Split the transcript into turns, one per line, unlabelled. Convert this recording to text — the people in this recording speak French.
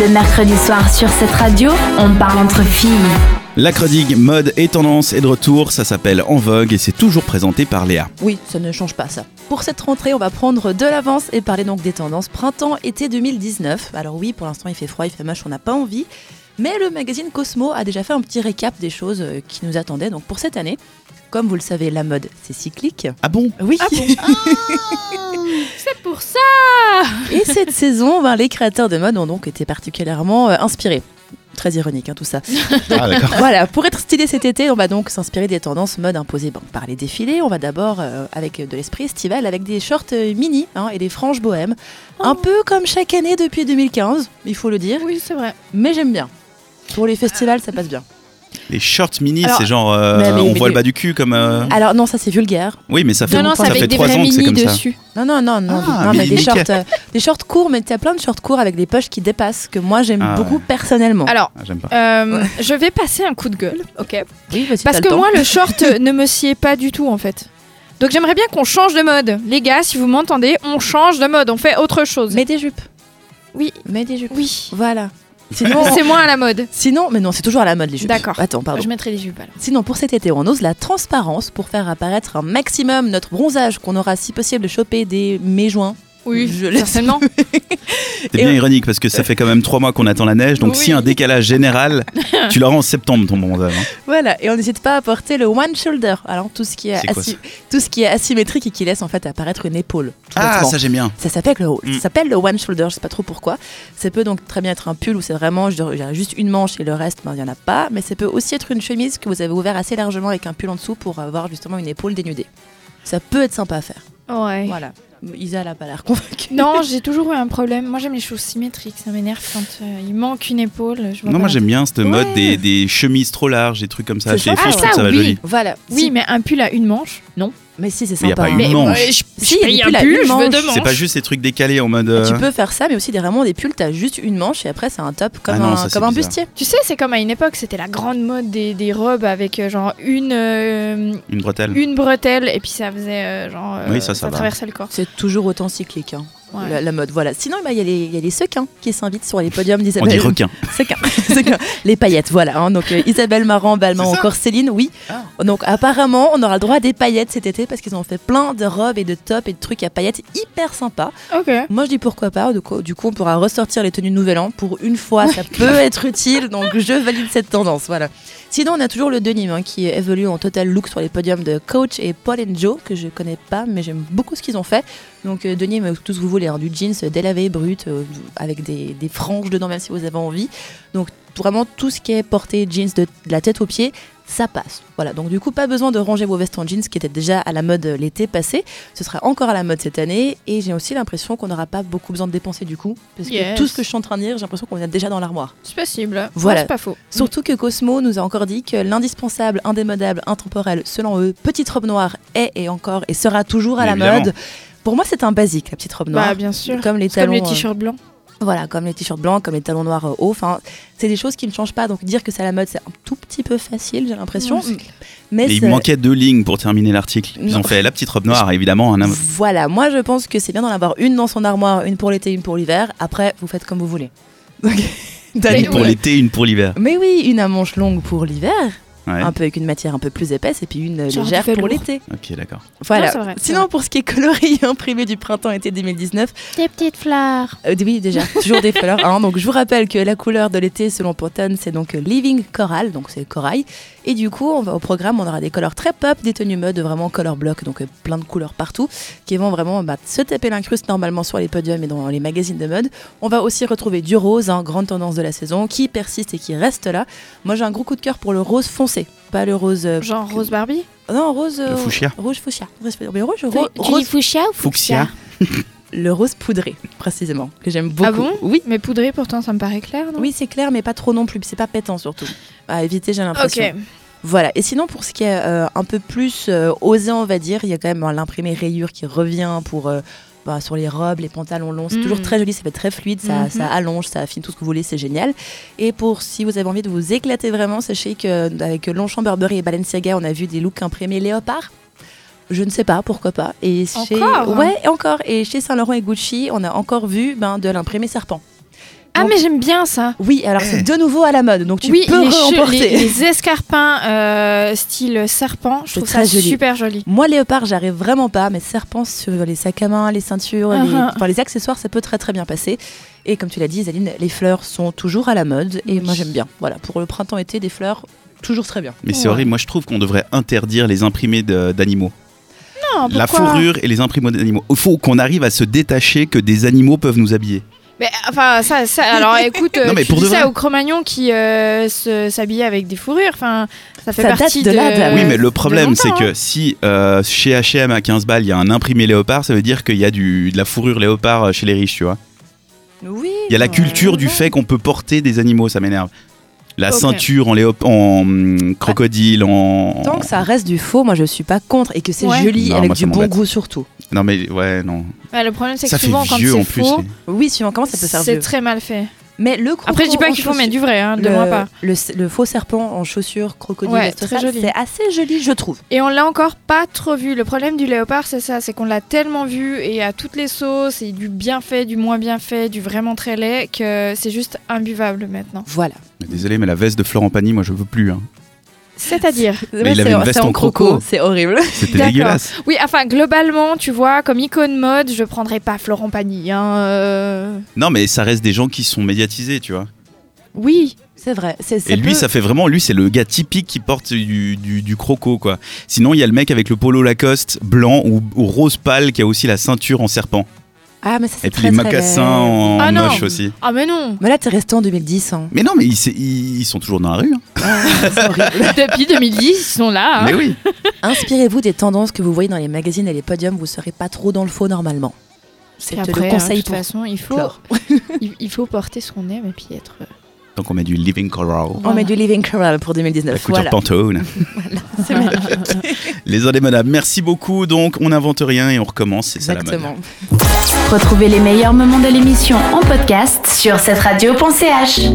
Le mercredi soir sur cette radio, on parle entre filles.
La chronique mode et tendance est de retour, ça s'appelle En Vogue et c'est toujours présenté par Léa.
Oui, ça ne change pas ça. Pour cette rentrée, on va prendre de l'avance et parler donc des tendances printemps-été 2019. Alors oui, pour l'instant il fait froid, il fait moche, on n'a pas envie. Mais le magazine Cosmo a déjà fait un petit récap des choses euh, qui nous attendaient donc pour cette année. Comme vous le savez, la mode, c'est cyclique.
Ah bon
Oui.
Ah, C'est pour ça
Et cette saison, ben, les créateurs de mode ont donc été particulièrement euh, inspirés. Très ironique, hein, tout ça.
Ah d'accord.
Voilà, pour être stylé cet été, on va donc s'inspirer des tendances mode imposées bon, par les défilés. On va d'abord euh, avec de l'esprit estival, avec des shorts euh, mini hein, et des franges bohèmes. Un peu comme chaque année depuis 2015, il faut le dire.
Oh. Oui, c'est vrai.
Mais j'aime bien. Pour les festivals, ça passe bien.
Les shorts mini,
Alors,
c'est genre euh,
mais- mais-
on
mais- Ah,
voit le bas du cul comme. euh,
Alors non, ça c'est vulgaire.
Oui, mais ça fait
Non, non,
ça
c'est
fait
avec des
trois
vrais
ans que c'est
mini
comme ça.
dessus.
Non, non, non, non.
Ah,
non, mais des
mini.
shorts, euh, des shorts courts, mais t'as plein de shorts courts avec des poches qui dépassent, que moi j'aime
Ah,
beaucoup
ouais.
personnellement.
Alors,
Ah, j'aime pas.
euh, je vais passer un coup de gueule, ok
oui, vas-y,
Parce
t'as
que
le temps.
moi, le short euh, ne me sied pas du tout, en fait. Donc j'aimerais bien qu'on change de mode. Les gars, si vous m'entendez, on change de mode, on fait autre chose.
Mets des jupes.
Oui,
Mets des jupes.
oui.
Voilà. Sinon,
C'est moins à la mode.
sinon, mais non, c'est toujours à la mode les jupes.
D'accord.
Attends, Oh. pardon.
Je mettrai les jupes alors.
Sinon, pour cet été, on ose la transparence pour faire apparaître un maximum notre bronzage qu'on aura si possible chopé dès mai-juin.
Oui,
Je laisse-
certainement.
T'es
et
bien
ouais.
ironique parce que ça fait quand même trois mois qu'on attend la neige, donc
Oui.
si un décalage général, tu l'auras en septembre ton bronzage. hein.
Voilà, et on n'hésite pas à porter le one shoulder, alors tout ce qui est,
C'est quoi
assi- tout ce qui est asymétrique et qui laisse en fait apparaître une épaule. tout
Ah,
bêtement.
ça j'aime bien.
Ça s'appelle le,
Mm.
ça s'appelle le one shoulder, je sais pas trop pourquoi. Ça peut donc très bien être un pull où c'est vraiment je dirais, juste une manche et le reste, ben, il y en a pas. Mais ça peut aussi être une chemise que vous avez ouvert assez largement avec un pull en dessous pour avoir justement une épaule dénudée. Ça peut être sympa à faire.
Ouais.
Voilà. Isa n'a pas l'air convaincue.
Non, j'ai toujours eu un problème. Moi, j'aime les choses symétriques. Ça m'énerve quand euh, il manque une épaule. Je
Non,
vois pas
moi
l'intérêt.
j'aime bien cette mode
Ouais.
des, des chemises trop larges, des trucs comme ça.
C'est
Chez les
ça.
filles,
Ah,
je trouve
ça,
que ça va
oui.
joli.
Voilà.
Oui,
Si-
mais un pull à une manche, non.
mais si, c'est
Mais y a
sympa. hein.
pas une
Mais
manche.
euh, je, je
Si, il y a
paye
des
un
pulls à
pull,
une
je veux
manche.
deux
C'est
manches.
pas juste ces trucs décalés en mode. euh,
Ah, Tu peux faire ça, mais aussi des, vraiment des pulls, t'as juste une manche et après c'est un top comme
Ah non,
un,
ça, c'est
comme un
bizarre.
bustier.
Tu sais, c'est comme à une époque, c'était la grande mode des, des robes avec euh, genre une, euh,
Une bretelle.
une bretelle et puis ça faisait euh, genre. euh,
Oui, ça, ça va.
traversait le corps.
C'est toujours autant cyclique, hein,
Ouais.
la, la mode. Voilà. Sinon, bah, il y, a les- il y a les sequins qui s'invitent sur les podiums
On dit
d'Isabelle.
requin.
Sequins. Sequins. les paillettes, voilà. hein. Donc euh, Isabelle Marant, Balmain,
C'est ça
encore Céline, oui. Donc apparemment, on aura le droit à des paillettes cet été parce qu'ils ont fait plein de robes et de tops et de trucs à paillettes hyper sympas.
Ok.
Moi, je dis pourquoi pas. Du coup, du coup, on pourra ressortir les tenues de Nouvel An. Pour une fois, ça peut être utile. Donc, je valide cette tendance. Voilà. Sinon, on a toujours le denim hein, qui évolue en total look sur les podiums de Coach et Paul and Joe, que je connais pas, mais j'aime beaucoup ce qu'ils ont fait. Donc, euh, denim, euh, tout ce que vous voulez, hein, du jeans euh, délavé, brut, euh, avec des, des franges dedans, même si vous avez envie. Donc, vraiment, tout ce qui est porté jeans de, de la tête aux pieds. Ça passe. Voilà, donc du coup, pas besoin de ranger vos vestes en jeans qui étaient déjà à la mode euh, l'été passé. Ce sera encore à la mode cette année et j'ai aussi l'impression qu'on n'aura pas beaucoup besoin de dépenser du coup. Parce
Yes.
que tout ce que je suis en train de dire, j'ai l'impression qu'on est déjà dans l'armoire.
C'est possible.
Voilà.
Ouais, C'est pas faux.
Surtout que Cosmo nous a encore dit que l'indispensable, indémodable, intemporel, selon eux, petite robe noire est et encore et sera toujours à
Mais
la
évidemment.
mode. Pour moi, c'est un basique, la petite robe noire.
Bah, bien sûr.
Comme les
C'est comme
talons.
les
euh,
t-shirts blancs.
voilà, comme les t-shirts blancs, comme les talons noirs euh, hauts. Enfin, c'est des choses qui ne changent pas. Donc dire que c'est à la mode, c'est un tout petit peu facile, j'ai l'impression.
Ouais, c'est
mais
Et il
c'est-
manquait deux lignes pour terminer l'article. Ils
euh, Non.
ont fait la petite robe noire, évidemment. hein. un homme-
Voilà, moi je pense que c'est bien d'en avoir une dans son armoire, une pour l'été, une pour l'hiver. Après, vous faites comme vous voulez. Donc, t'as
Mais
Une
dit-
pour
ouais.
l'été, une pour l'hiver.
Mais oui, une à manche longue pour l'hiver,
Ouais.
un peu avec une matière un peu plus épaisse, et puis une euh,
Genre du
légère pour
velours.
l'été.
Ok, d'accord.
Voilà.
Non, c'est vrai, c'est
Sinon, pour ce qui est coloré et imprimé du printemps-été 2019,
Des petites fleurs.
euh, oui, déjà, toujours des fleurs. hein. Donc, je vous rappelle que la couleur de l'été, selon Pantone, c'est donc euh, Living Coral, donc c'est corail. Et du coup, on va au programme, on aura des couleurs très pop, des tenues mode vraiment color block, donc euh, plein de couleurs partout, qui vont vraiment bah, se taper l'incruste normalement sur les podiums et dans les magazines de mode. On va aussi retrouver du rose, hein, grande tendance de la saison, qui persiste et qui reste là. Moi, j'ai un gros coup de cœur pour le rose foncé, pas le rose euh,
Genre Rose Barbie.
non, rose. euh,
fuchsia.
Rouge fuchsia. Rouge, mais rouge, ro-
tu
rose-
dis fuchsia ou
Fuchsia.
fuchsia,
le rose poudré, précisément, que j'aime beaucoup.
Ah bon
Oui.
Mais poudré, pourtant, ça me paraît clair, non
Oui, c'est clair, mais pas trop non plus. puis C'est pas pétant surtout. À éviter, j'ai
Ok.
l'impression. Voilà. Et sinon, pour ce qui est euh, un peu plus euh, osé, on va dire, il y a quand même euh, l'imprimé rayure qui revient pour. euh, bah, sur les robes, les pantalons longs, c'est
Mhm.
toujours très joli, ça fait très fluide, ça,
Mhm.
ça allonge, ça affine tout ce que vous voulez, c'est génial. Et pour si vous avez envie de vous éclater vraiment, sachez que avec Longchamp, Burberry et Balenciaga, on a vu des looks imprimés léopard. Je ne sais pas, pourquoi pas. Et chez
Encore
ouais, encore. Et chez Saint Laurent et Gucci, on a encore vu ben, de l'imprimé serpent.
Ah,
Donc-
mais j'aime bien ça.
Oui, alors c'est de nouveau à la mode, donc tu
Eh. oui,
peux
les, che-
remporter.
les, les escarpins euh, style serpent, je
C'est
trouve
très
ça
joli.
super joli.
Moi, léopard, j'arrive vraiment pas, mais serpent sur les sacs à main, les ceintures,
Ah
les...
ah.
enfin, les accessoires, ça peut très très bien passer. Et comme tu l'as dit, Isaline, les fleurs sont toujours à la mode et
Oui.
moi j'aime bien. Voilà, pour le printemps-été, des fleurs, toujours très bien.
Mais c'est
Ouais.
horrible. Moi, je trouve qu'on devrait interdire les imprimés de- d'animaux.
Non,
La
pourquoi
fourrure et les imprimés d'animaux. Il faut qu'on arrive à se détacher que des animaux peuvent nous habiller.
Mais enfin, ça, ça alors écoute, euh,
Non, mais
tu
pour
dis
de
ça
vrai.
aux Cro-Magnons qui euh, se- s'habillaient avec des fourrures, enfin, ça fait
Ça date
partie
de là, de la-
oui, mais
Euh, de
le problème, c'est
longtemps, hein.
que si euh, chez H&M à 15 balles, il y a un imprimé léopard, ça veut dire qu'il y a du, de la fourrure léopard euh, chez les riches, tu vois.
Oui.
Il y a la
bah,
culture du fait qu'on peut porter des animaux, ça m'énerve. La
Ok.
ceinture en, léop- en hum, crocodile, en...
Tant que ça reste du faux, moi je suis pas contre et que c'est
Ouais.
joli
Non,
avec
moi, ça
du bon
m'embête.
goût surtout.
Non mais ouais, non.
Ouais, le problème, c'est que
Ça fait
souvent, quand
vieux
c'est
en plus.
faux,
c'est-
Oui, suivant comment ça peut
c'est
servir.
très mal fait.
Mais le croco
Après, je dis pas
en
qu'il faut
chaussures-
mettre du vrai, hein, de
le,
moi pas.
Le, le faux serpent en chaussures, crocodile,
Ouais,
et tout
très
ça,
joli.
c'est assez joli, je trouve.
Et on l'a encore pas trop vu. Le problème du léopard, c'est ça, c'est qu'on l'a tellement vu et à toutes les sauces, et du bien fait, du moins bien fait, du vraiment très laid, que c'est juste imbuvable maintenant.
Voilà.
Mais Désolé, mais la veste de Florent Pagny, moi je veux plus. hein.
C'est-à-dire
Mais il
c'est-
avait une veste
c'est
en croco.
C'est horrible.
C'était
D'accord.
dégueulasse.
Oui, enfin, globalement, tu vois, comme icône mode, je prendrais pas Florent Pagny. Hein, euh,
Non mais ça reste des gens qui sont médiatisés, tu vois.
Oui,
C'est vrai. c'est-
Et lui,
peut-
ça fait vraiment, lui, c'est le gars typique qui porte du, du, du croco, quoi. Sinon, il y a le mec avec le polo Lacoste blanc ou, ou rose pâle qui a aussi la ceinture en serpent.
Ah, mais ça, c'est
Et puis
très,
les
très
mocassins
laid.
en
Ah non.
moche aussi.
Ah mais non
Mais là, t'es resté en 2010. hein.
Mais non, mais ils, c'est- ils- ils sont toujours dans la rue. hein.
C'est horrible.
Depuis 2010, ils sont là.
Ah
hein.
Mais oui.
Inspirez-vous des tendances que vous voyez dans les magazines et les podiums. Vous serez pas trop dans le faux normalement. C'est
Puis
te
après,
le
hein,
conseil
de toute
pour
façon, il faut,
clore.
il il faut porter ce qu'on aime et puis être...
Donc on met du Living Coral.
On
Voilà.
met du Living Coral pour
La
2019.
couture
Voilà.
Pantone.
C'est vrai.
Les Indés Madames, merci beaucoup. Donc on n'invente rien et on recommence. C'est ça la mode.
Exactement.
Retrouvez les meilleurs moments de l'émission en podcast sur cette radio.ch.